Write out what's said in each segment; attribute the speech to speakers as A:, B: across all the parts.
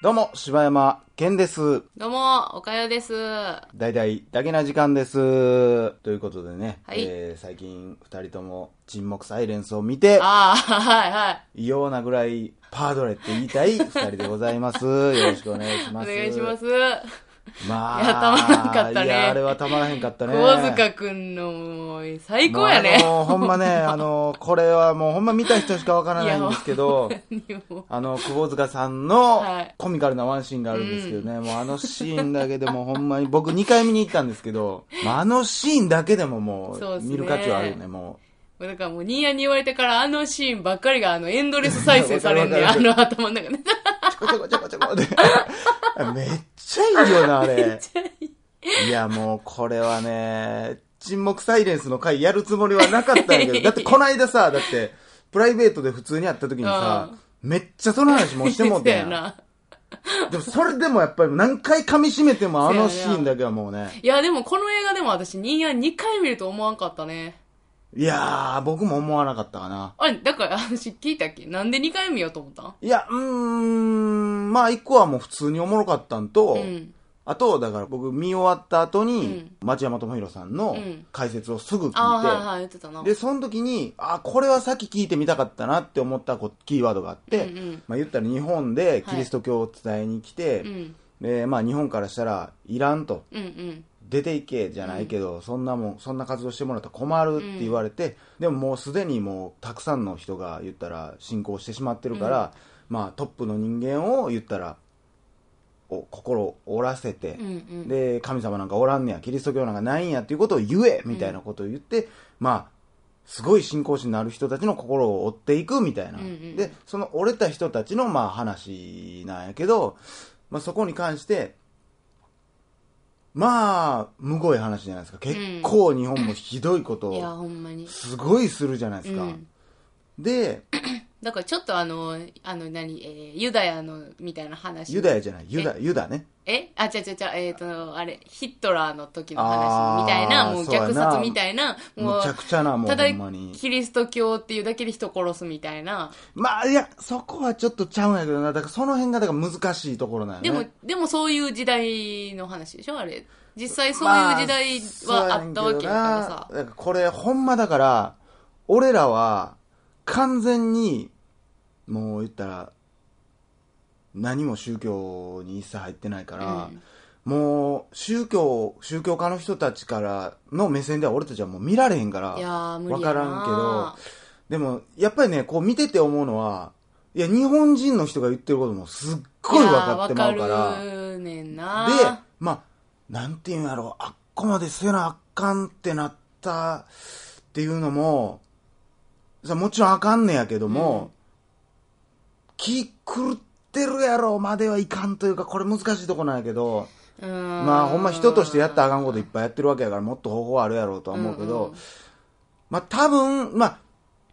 A: どうも、柴山健です。
B: どうも、おかよです。は
A: だいだいだけな時間です。ということでね、
B: はい
A: えー最近二人とも沈黙サイレンスを見て、
B: ああ、はいはい。
A: 異様なぐらいパードレって言いたい 二人でございます。よろしくお願いし
B: お
A: ます。
B: 願いします。
A: まあ、
B: いやたまらんかったね
A: いや、あれはたまらへんかったね。
B: 小塚くんの、もう最高やね。
A: もうあのーほんま ね、あのーこれはもうほんま見た人しかわからないんですけど、
B: もう
A: あの、久保塚さんの
B: はい
A: コミカルなワンシーンがあるんですけどね、もうあのシーンだけでもほんまに、僕2回見に行ったんですけど、まあ、あのシーンだけでもも
B: そう
A: う、
B: っすね
A: 見る価値はあるよね、も
B: だからもう、ニーヤに言われてから、あのシーンばっかりが、あの、エンドレス再生されんねん
A: わ
B: あ
A: かる
B: の頭の中で。
A: う。ちょこちょこちょこちょこで。 めっちゃいいよな、あれ。いや、もうこれはね、沈黙サイレンスの回やるつもりはなかったんやけど、だってこの間さ、だって、プライベートで普通に会った時にさ、めっちゃその話もうしてもう
B: そう
A: て
B: や
A: んやん。
B: な。
A: でもそれでもやっぱり何回噛み締めてもあのシーンだけはもうね、
B: いや、でもこの映画でも私、ニーヤ2回見ると思わんかったね。
A: いやー、僕も思わなかったかな。
B: あれ、だから私聞いたっけなんで2回見ようと思ったん
A: いや、うーん、まあ、一個はもう普通におもろかったんと、
B: うん。
A: あと、だから僕見終わった後に、町山智博さんの
B: うん
A: 解説をすぐ聞いて、
B: ああ、はいはい、言ってたな。
A: で、その時に、あ、これはさっき聞いてみたかったなって思ったこキーワードがあって、
B: うんうん
A: まあ言ったら日本でキリスト教を伝えに来て、
B: うん。
A: で、まあ日本からしたら、いらんと、
B: うんうん。
A: 出ていけじゃないけど、そんなもんそんな活動してもらったら困るって言われて、でももうすでにもうたくさんの人が言ったら信仰してしまってるから、まあトップの人間を言ったらお心を折らせて、
B: うんうん。
A: で神様なんかおらんねやキリスト教なんかないんやっていうことを言えみたいなことを言って、まあすごい信仰心のある人たちの心を追っていくみたいな、
B: うんうん
A: でその折れた人たちのまあ話なんやけど、まあ、そこに関してまあむごい話じゃないですか結構日本もひどいこと
B: いや、
A: を
B: ほんまに。
A: すごいするじゃないですか、
B: うん
A: で
B: だからちょっとあの、あの何、えーユダヤのみたいな話。
A: ユダヤじゃないユダユダね
B: えあ、ちゃちゃちゃ、えっ、と、あれ、ヒットラーの時の
A: あー
B: 話みたいな、もう
A: そうやな
B: 虐殺みたいな、
A: む
B: もう
A: ちゃ、くちゃなもう
B: ただ
A: ほんまに
B: キリスト教っていうだけで人殺すみたいな。
A: まあ、いや、そこはちょっとちゃうんやけどな。だからその辺がだから難しいところなんよね。
B: でも、でもそういう時代の話でしょあれ。実際そういう時代はあったわけだから
A: まあ
B: さ。
A: そうやねんけどなだからこれ、ほんまだから、俺らは、完全に、もう言ったら、何も宗教に一切入ってないから、もう、宗教、宗教家の人たちからの目線では俺たちはもう見られへんから、
B: いやー、無理やな
A: わからんけど、でも、やっぱりね、こう見てて思うのは、いや、日本人の人が言ってることもすっごい分かってまうか
B: いやーわ
A: ら、
B: か
A: で、
B: るねんな。
A: まあ、なんていうんやろう、あっこまでせなあかんってなったっていうのも、さもちろんあかんねやけども、気狂ってるやろまではいかんというか、これ難しいとこなんやけど、
B: うーん
A: まあほんま人としてやったらあかんこといっぱいやってるわけやからもっと方法はあるやろうとは思うけど、
B: うんうん
A: まあ多分まあ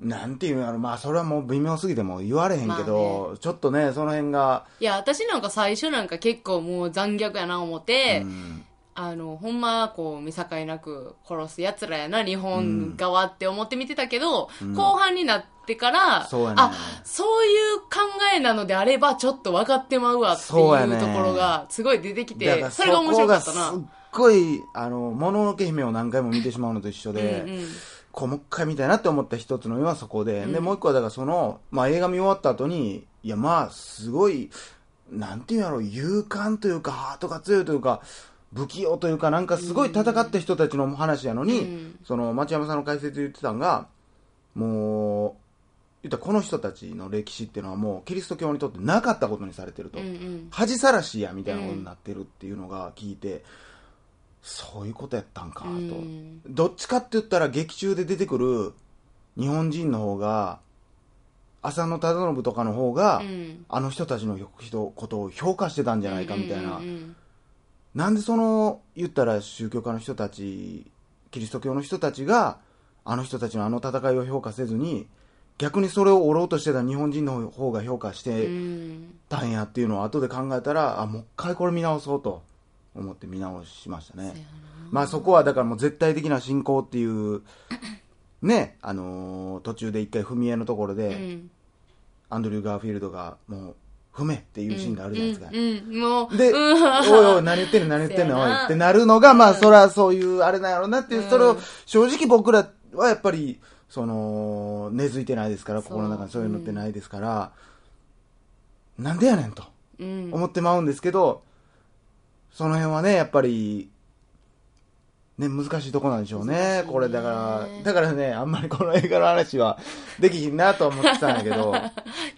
A: なんていうんやろまあそれはもう微妙すぎてもう言われへんけど、
B: ま
A: ちょっとねその辺が、
B: いや、私なんか最初なんか結構もう残虐やな思って、
A: うん
B: あの、ほんま、こう、見境なく殺す奴らやな、日本側って思って見てたけど、
A: うん
B: 後半になってから、
A: そうやね
B: あ、そういう考えなのであれば、ちょっと分かってまうわってい
A: そうや
B: う
A: ね
B: ところが、すごい出てきて、
A: だから
B: そ
A: そ
B: れが面白
A: こ
B: か
A: が
B: った
A: すっ
B: な。うん
A: ごいあのもののけ姫を何回も見てしまうのと一緒
B: う
A: で、
B: ん。
A: こうもう一回見たいなって思った一つの今はそこで、
B: うん
A: でもう一個はだからその、まあ、映画見終わった後にいやまあすごいなんていうんやろう勇敢というかハートが強いというか不器用というかなんかすごい戦った人たちの話やのに、
B: うん
A: その町山さんの解説で言ってたんがもう言ったらこの人たちの歴史っていうのはもうキリスト教にとってなかったことにされてると、
B: うんうん。
A: 恥さらしやみたいなことになってるっていうのが聞いて、そういうことやったんかと。
B: うん
A: どっちかって言ったら劇中で出てくる日本人の方が浅野忠信とかの方が、
B: うん
A: あの人たちの人ことを評価してたんじゃないかみたいな、
B: うんうん
A: なんでその言ったら宗教家の人たちキリスト教の人たちがあの人たちのあの戦いを評価せずに逆にそれを折ろうとしてた日本人の方が評価し
B: うん。う
A: て
B: ん
A: たんやっていうのを後で考えたら、あもう一回これ見直そうと思って見直しましたね。
B: そうや
A: まあそこはだからもう絶対的な信仰 っていう、ね、あのー途中で一回踏み絵のところで、
B: なうん
A: アンドリュー・ガーフィールドがもう踏めっていうシーンがあるじゃないですか、
B: うん、うん、もう。
A: で、
B: うん、
A: おいおい、何言ってんの何言ってんの
B: せ
A: お
B: や
A: い
B: な
A: ってなるのが、まあ、そらそういうあれなんやろうなっていう、
B: うん
A: それを正直僕らはやっぱり、その、根付いてないですから、
B: そう
A: 心の中にそういうのってないですから、なんでやねんと
B: うん。
A: 思ってまうんですけど、その辺はね、やっぱり、ね、難しいとこなんでしょうね
B: 難しい。ね
A: これだから、だからね、あんまりこの映画の話はできひんなとは思ってたんやけ ど、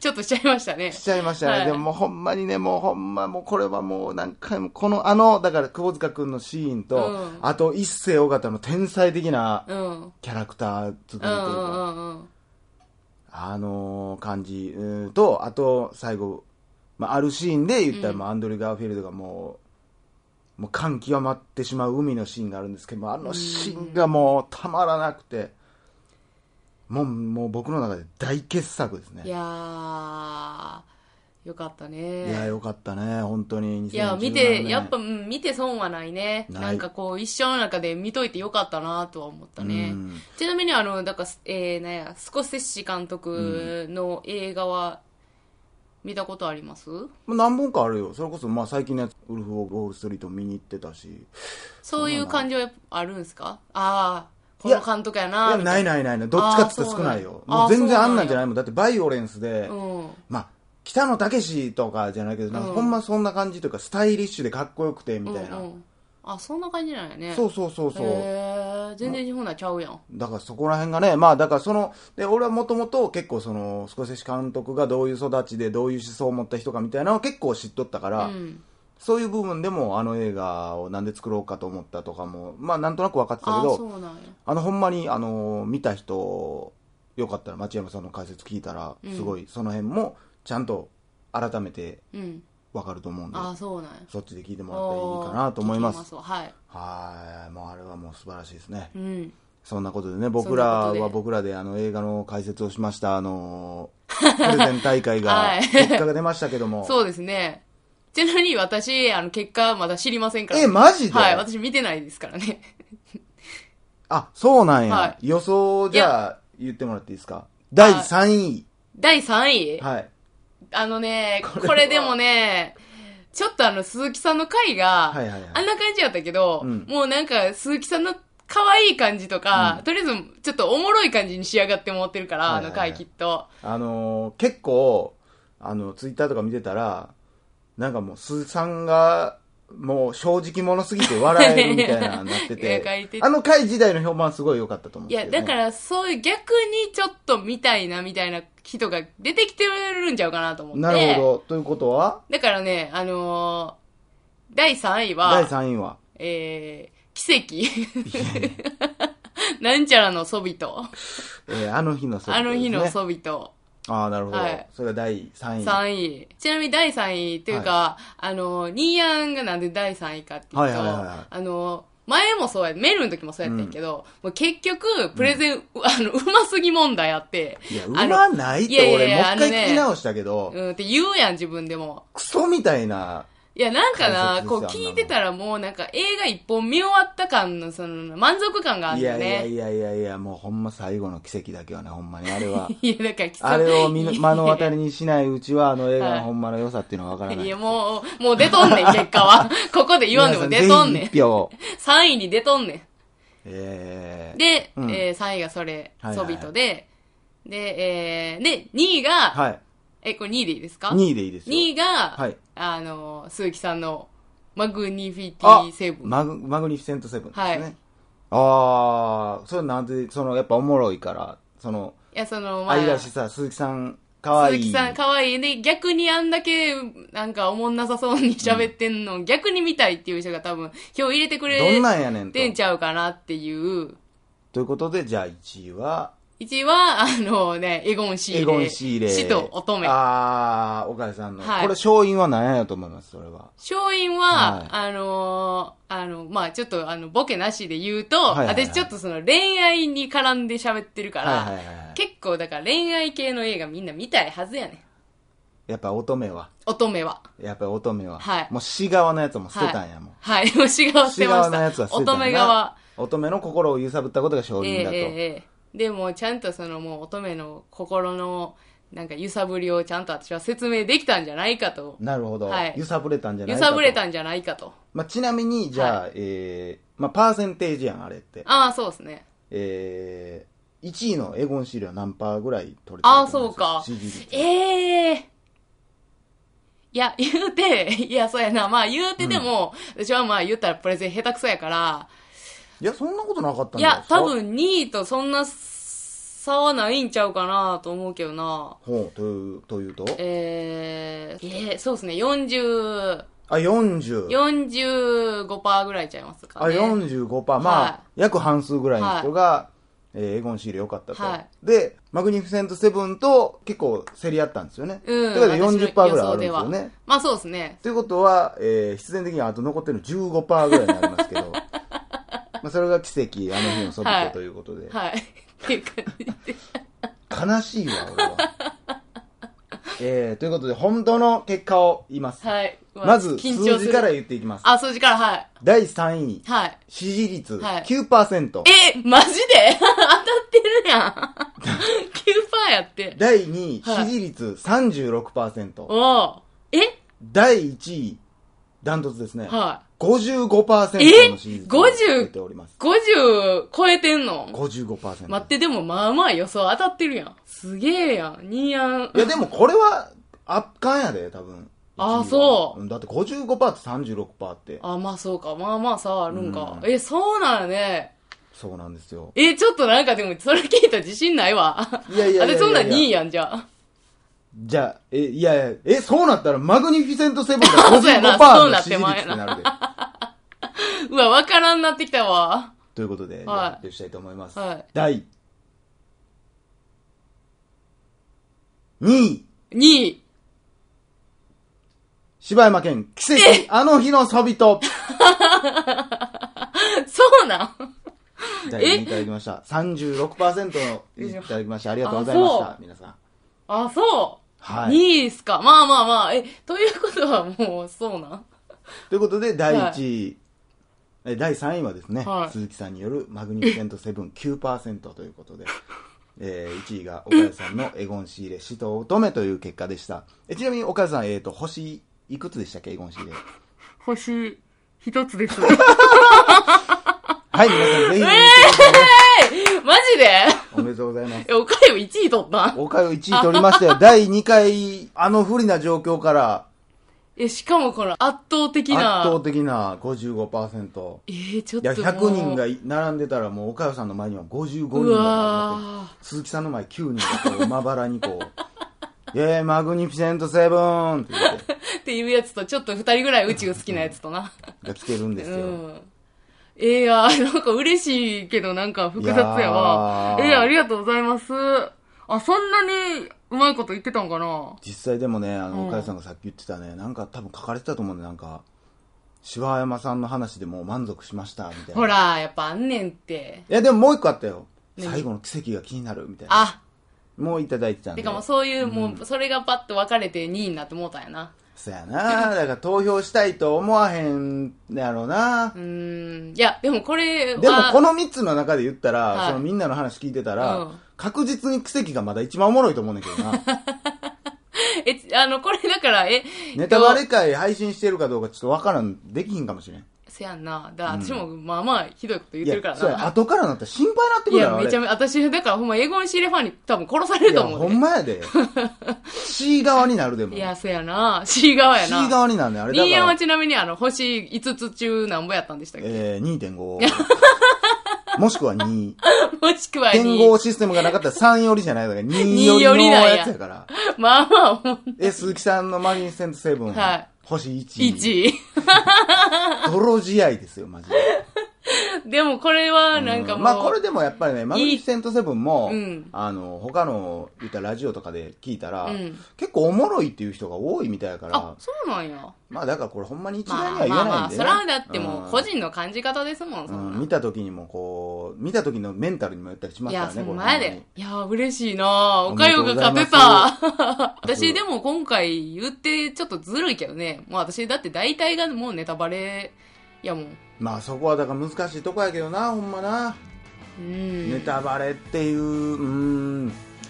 B: ちょっとしちゃいましたね
A: し。ちゃいましたね。
B: はい
A: でももうほんまにね、もうほんま、もうこれはもう何回も、このあの、だから窪塚くんのシーンと、
B: うん
A: あと一世尾形の天才的な
B: うん。
A: キャラクター作りという
B: う
A: か、
B: んうんうんうん。
A: あのー感じうーんと、あと最後、まあ、あるシーンで言ったら、
B: うん
A: もうアンドリュー・ガーフィールドがもう、もう感極まってしまう海のシーンがあるんですけども、あのシーンがもうたまらなくて、もう、もう僕の中で大傑作ですね。
B: いやー、よかったね。
A: いや、よかったね、本当に。
B: いや、見
A: 2017
B: て、
A: 年
B: やっぱ、うん見て損はないね。
A: ない
B: なんかこう、一生の中で見といてよかったなとは思ったね。
A: うん
B: ちなみに、あの、だから、えー、なんや、スコセッシ監督の映画は、見たことあります
A: まあ何本かあるよ。それこそ、まあ最近のやつ、ウルフ・オブ・ウォール・ストリート見に行ってたし。
B: そういう感じはやっぱあるんですかああ、こ
A: いや
B: の監督や
A: い
B: な
A: や、
B: み
A: な
B: た
A: い
B: いな。
A: ないないない。どっちかっつって少ないよ。
B: あーそうな
A: もう全
B: んや
A: 然あんなんじゃ
B: あー
A: ない
B: そうなんや
A: もん。だってバイオレンスで、
B: うん。
A: まあ、北野武とかじゃないけど、なんか
B: うん
A: ほんまそんな感じというか、スタイリッシュでかっこよくて、みたいな
B: うんう。んあ、そんな感じなんやね。
A: そうそうそうそう。
B: へえ、全然日本なちゃうやん。
A: だからそこら辺がね、まあだからその、で、俺はもともと結構その、スコセッシ監督がどういう育ちで、どういう思想を持った人かみたいなのを結構知っとったか
B: う
A: ら、
B: ん。
A: そういう部分でもあの映画をなんで作ろうかと思ったとかも、まあなんとなく分かってた
B: あ
A: け
B: あ、
A: ど、
B: そうなんや。
A: あの、ほんまに、あの、見た人、よかったら、町山さんの解説聞いたら、
B: うん
A: すごい、その辺も、ちゃんと、改めて、
B: うん。
A: わかると思うんで、
B: ああ、そうなんや。
A: そっちで聞いてもらったらいいかなと思いま
B: おー聞き
A: す。
B: わはい。
A: はい、もうあれはもう素晴らしいですね。
B: うん。
A: そんなことでね、僕ら
B: そんな
A: は
B: ことで
A: 僕らで、あの、映画の解説をしました、あの、プレゼン大会が
B: は、い
A: 結果が出ましたけども、
B: そうですね。ちなみに私、あの、結果まだ知りませんから、
A: え、マジで、
B: はい、私見てないですからね。
A: あ、そうなんや。
B: は
A: 予想、じゃあ、言ってもらっていいですか第3位。
B: 第3位、
A: はい。
B: あのね、
A: こ
B: こ
A: れは
B: れでもね、ちょっとあの、鈴木さんの回が、
A: はいはいはい
B: あんな感じやったけど、
A: うん
B: もうなんか、鈴木さんの可愛い感じとか、
A: うん
B: とりあえず、ちょっとおもろい感じに仕上がってもってるから、
A: はいはいはい
B: あの回きっと。
A: あのー結構、あの、ツイッターとか見てたら、なんかもう、鈴木さんが、もう正直者すぎて笑えるみたいなのになって
B: いや書い
A: て
B: て、た
A: あの回自体の評判すごい良かったと思うん
B: い
A: です
B: や、
A: けど、ね。
B: だから、そういう逆にちょっと見たいな、みたいな人が出てきてるんちゃうかなと思って。
A: なるほど。ということは、
B: だからね、あのー第3
A: 第
B: 位は、
A: 3位は、
B: えー、奇跡。 なんちゃらのそびと。
A: えーあの日のそ
B: あの日の
A: う
B: そびと。
A: ああ、なるほど。
B: はい
A: それが第3位。
B: 3位。ちなみに第3位というか、あのー、ニーヤンがなんで第3位かっていうと、
A: はいはいはいはい
B: あのー、前もそうや、メールの時もそうやったんやけど、もう結局、プレゼン、あの、うますぎ問題あって、
A: いや、う
B: あの
A: まないっ
B: いやい
A: て
B: や
A: 俺、
B: い
A: もう
B: や
A: 一回
B: あのね
A: 聞き直したけど、
B: うんって言うやん、自分でも。
A: クソみたいな、
B: いや、なんか
A: 解
B: な、
A: 説
B: こう
A: ですよ
B: 聞いてたらもうなんか映画一本見終わった感の、その、満足感がある
A: い
B: んだよ
A: やい
B: ね。
A: やいやいやいや、もうほんま最後の奇跡だけはね、ほんまにあれ は。
B: いや、だから、
A: あれを見ぬ目の当た
B: り
A: りにしないうちは、あの映画
B: は
A: の
B: い
A: ほんまの良さっていうのがわからない。
B: いや、もう、もう出とんねん、結果は。ここで言わんでも出と
A: 皆さん
B: んねん。
A: ぜひ一 票。
B: 3位に出とんね
A: え
B: ん。
A: ー、
B: で、
A: うん
B: えー、3位がそれ
A: はいはいは、い
B: ソビトで、で、えー、で、2位が、
A: はい。
B: え、これ2位でいいですか
A: 2位でいいですよ。
B: 2位が、
A: はい
B: あの、鈴木さんの、マグニフィテ
A: あ
B: ィセブン。
A: マグ、マグニフィセントセブンですね。
B: はい
A: ああ、それなんで、その、やっぱおもろいから、その、
B: いや、その、まあ、
A: 愛らしさ、鈴木さん、かわいい。
B: 鈴木さん可愛いで、逆にあんだけ、なんか、おもんなさそうに喋ってんの、逆に見たいっていう人が多分、票入れてくれ
A: どんなんやねんと。
B: てんちゃうかなっていう。
A: ということで、じゃあ1位は、
B: 1位は、あ のね、エゴン・シーレ。
A: エゴン・シーレ。
B: 死と乙女。
A: ああ、岡谷さんの。
B: は
A: こ
B: い
A: れ、勝因は何やと思います、それは。
B: 勝因は、
A: はい
B: あのーあの、まあちょっと、あの、ボケなしで言うと、
A: はいはいはい
B: 私ちょっとその恋愛に絡んで喋ってるから、
A: はいはいはいはい
B: 結構だから恋愛系の映画みんな見たいはずやねん。
A: やっぱ乙女は。
B: 乙女は。
A: やっぱり乙女は。
B: はい
A: もう死側のやつも捨てたんや、もう。
B: はい、もう死側してま
A: 側
B: し
A: の
B: た。
A: やつは捨て
B: 乙
A: たんやな
B: 女側。
A: 乙女の心を揺さぶったことが勝
B: ええ
A: 因だと。
B: ええええでもちゃんとそのもう乙女の心のなんか揺さぶりをちゃんと私は説明できたんじゃないかと。
A: なるほど、
B: はい
A: 揺さぶれたんじゃない
B: 揺
A: かと
B: さぶれたんじゃないかと。
A: まあ、ちなみにじゃあ、えーまあ、パーセンテージやんあれって
B: ああ、そうですね。
A: えー、1位のエゴン資料何パーぐらい取れてると
B: あ
A: 思
B: あ、そうか
A: 支持率。
B: ええいや、言うて、いや、そうやな。まあ、言うてでも、私はまあ、言ったらプレゼン下手くそやから、
A: いやそんなことなかったん
B: い
A: だよ
B: や、多分2位とそんな差はないんちゃうかなと思うけどな。
A: ほうというというと
B: えー、えーそうですね、40、
A: あ40
B: 45%ぐらいちゃいますか
A: あ
B: ね。
A: 45%まあ、
B: は
A: 約半数ぐらいの人が、えーエゴンシール良かったと、
B: はい
A: でマグニフィセントセブンと結構競り合ったんですよね、
B: うん
A: ということで
B: 私の
A: 40%ぐらいあるんですよ
B: 予想で
A: ね
B: まあそうですね。
A: ということは、えー必然的にはあと残ってるの15%ぐらいになりますけ どまあそれが奇跡あの日のそび
B: はい
A: とということで、
B: はい。 っていう感じで。
A: 悲しいわ俺は、 えーということで本当の結果を言います、
B: はい。
A: まず
B: 緊張
A: 数
B: す
A: 字
B: る
A: から言っていきます
B: あ、数字から、はい。
A: 第3位
B: はい。
A: 支持率
B: はい
A: 9%、
B: え、マジで 当たってるやん。9%やって。
A: 第2位、
B: はい
A: 支持率36%。
B: おうえ
A: 第1位、ダントツですね。
B: は
A: 55%の支持率を
B: え
A: 出ております。
B: い。50超えてんの
A: 55%。
B: 待って、でもまあまあ予想当たってるやん。すげえやん。ニーアン。
A: いや、でもこれは、圧巻やで、多分。
B: あそう
A: うん。だって55%と36%って。
B: あ、まあそうか。まあまあ差はあるんか。
A: うん
B: え、そうなのね。
A: そうなんですよ。
B: え、ちょっとなんかでも、それ聞いたら自信ないわ。
A: いやいやいやいやいや
B: あれ、そんなん2位やん、じゃあ。
A: じゃあ、え、いやいや、え、そうなったら、マグニフィセントセブンが
B: そうやなそ
A: 55%
B: うな
A: の
B: っ
A: 支
B: て
A: 持
B: まう
A: 率
B: や
A: って
B: な
A: なるで。
B: うわ、わからんなってきたわ。
A: ということで、じゃあ
B: はい
A: 発表したいと思います。
B: はい
A: 第2位。
B: 2位。
A: 柴山県奇跡あの日のそび と
B: そうなん
A: 第2位いただきました36%のいただきましてありがとうございました皆さん
B: あ、そう。
A: はい
B: 2位っすか。まあまあまあ。え、ということはもう、そうなん
A: ということで第1位、え第3位はですね、
B: はい
A: 鈴木さんによるマグニフィセント79%ということで、えー、1位が岡谷さんのエゴン仕入れ死と乙女という結果でしたえちなみに岡谷さん、えー、と星いくつでしたっけエゴン仕入れ
B: 星、一つ です。
A: はい皆 さんぜひ見てくださいね、
B: マジで
A: おめでとうございます
B: え、おかゆ1位取ったん
A: おかゆ1位取りました よ第2回あの不利な状況から
B: え、しかもこの圧倒的な。
A: 圧倒的な55%
B: えー、ちょっ
A: いや
B: ともう。
A: 100人がい並んでたらもう岡代さんの前には55人
B: う
A: が並んで
B: わ
A: て鈴木さんの前9人がこうまばらにこう「 イェーイマグニフィセントセブン!」って言って
B: ーっていうやつと、ちょっと2人ぐらい宇宙好きなやつとな。
A: が来てるんですよ、
B: うん。えー、いやー、なんか嬉しいけど、なんか複雑やわ。
A: い
B: え
A: やー
B: ー、ありがとうございます。あ、そんなにうまいこと言ってたんかな
A: 実際でもねあ
B: う
A: の
B: ん
A: 岡代さんがさっき言ってたねなんか多分書かれてたと思うねなんか柴山さんの話でもう満足しましたみたい
B: ほ
A: な
B: ら、やっぱあんねんって。
A: いやでももう一個あったよ
B: ね
A: 最後の奇跡が気になるみたいな
B: あ、
A: もういただいてたんで
B: てかもうそういう、もう、それがパッと分かれて2位になってもうたんやな。
A: そやなだから投票したいと思わへんやろな
B: うーん。いや、でもこれは、
A: でもこの3つの中で言ったら、
B: はい
A: そのみんなの話聞いてたら、
B: うん
A: 確実に奇跡がまだ一番おもろいと思うねんだ けどな。
B: え、ちあの、これだから、え、
A: ネタバ
B: えっ
A: レ会配信してるかどうかちょっとわからん、できひんかもしれん。
B: とせやんな。だから私も、まあまあ、ひどいこと言ってるから
A: そうや、
B: な。
A: 後からなったら心配になって
B: い
A: くる
B: や、
A: やろ、
B: めちゃめちゃ、私、だからほんま、エゴン・シーレファンに多分殺され
A: あれ
B: る
A: い
B: と
A: や、
B: 思う
A: ほ
B: で。
A: んまやで。C 側になるでも。
B: いや、せやな。C 側や
A: C
B: な。
A: 側になるねん、あれだ
B: 人間
A: か
B: は
A: ら。
B: ちなみに、あの、星5つ中なんぼやったんでしたっけ、
A: えー、2.5。もしくは2。
B: もし くは
A: 点
B: 2。
A: 号システムがなかったら3寄りじゃない だから、2寄
B: 二
A: り
B: 寄
A: の
B: りなんや
A: やつやから。
B: まあまあ、ほん
A: え、鈴木さんのマリンセントセブン。
B: はい
A: 星1。
B: 1位。
A: 泥仕合ですよ、マジで。
B: でもこれは、なんかもう、
A: まあこれでもやっぱりね、マグニフィセントセブンも、
B: うん
A: あの、他の、言ったらラジオとかで聞いたら、
B: うん
A: 結構おもろいっていう人が多いみたいだから、
B: あ、そうなんや。
A: まあだからこれほんまに一概に
B: ま
A: は
B: あ
A: 言
B: ま
A: え
B: あま
A: ないん
B: あ、
A: で、
B: そ
A: ね
B: らだってもう、個
A: ん
B: 人の感じ方ですもん、そん
A: う、
B: なん
A: 見た時にもこう、見た時のメンタルにもよったりしま
B: い
A: すからね、
B: や、その
A: これ
B: 前
A: ほんま
B: で
A: に。
B: いや、嬉しいなおかゆが勝て
A: お
B: た。私でも今回言ってちょっとずるいけどね。もう私だって大体がもうネタバレやもん。
A: まあそこはだから難しいとこやけどな、ほんまな。
B: うん。
A: ネタバレっていう、うーん。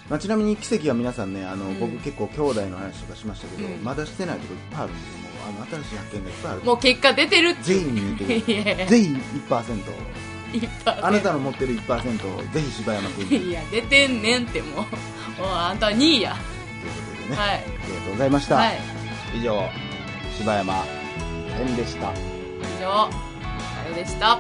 A: まあ、ちなみに奇跡は皆さんねあの、
B: うん
A: 僕結構兄弟の話とかしましたけど、
B: うん
A: まだしてないとこいっぱいあるんですよもうあの新しい発見がいっぱいある
B: もう結果出てるって
A: 全員に言う
B: いや
A: て
B: いや
A: る全員1%
B: いっぱい
A: あなたの持ってる1%をぜひ柴山君にというこ
B: いや出てんねんってもうもうあんたは2位や
A: とでね、
B: はい
A: ありがとうございました、
B: はい
A: 以上柴山健でした
B: 以上さようでした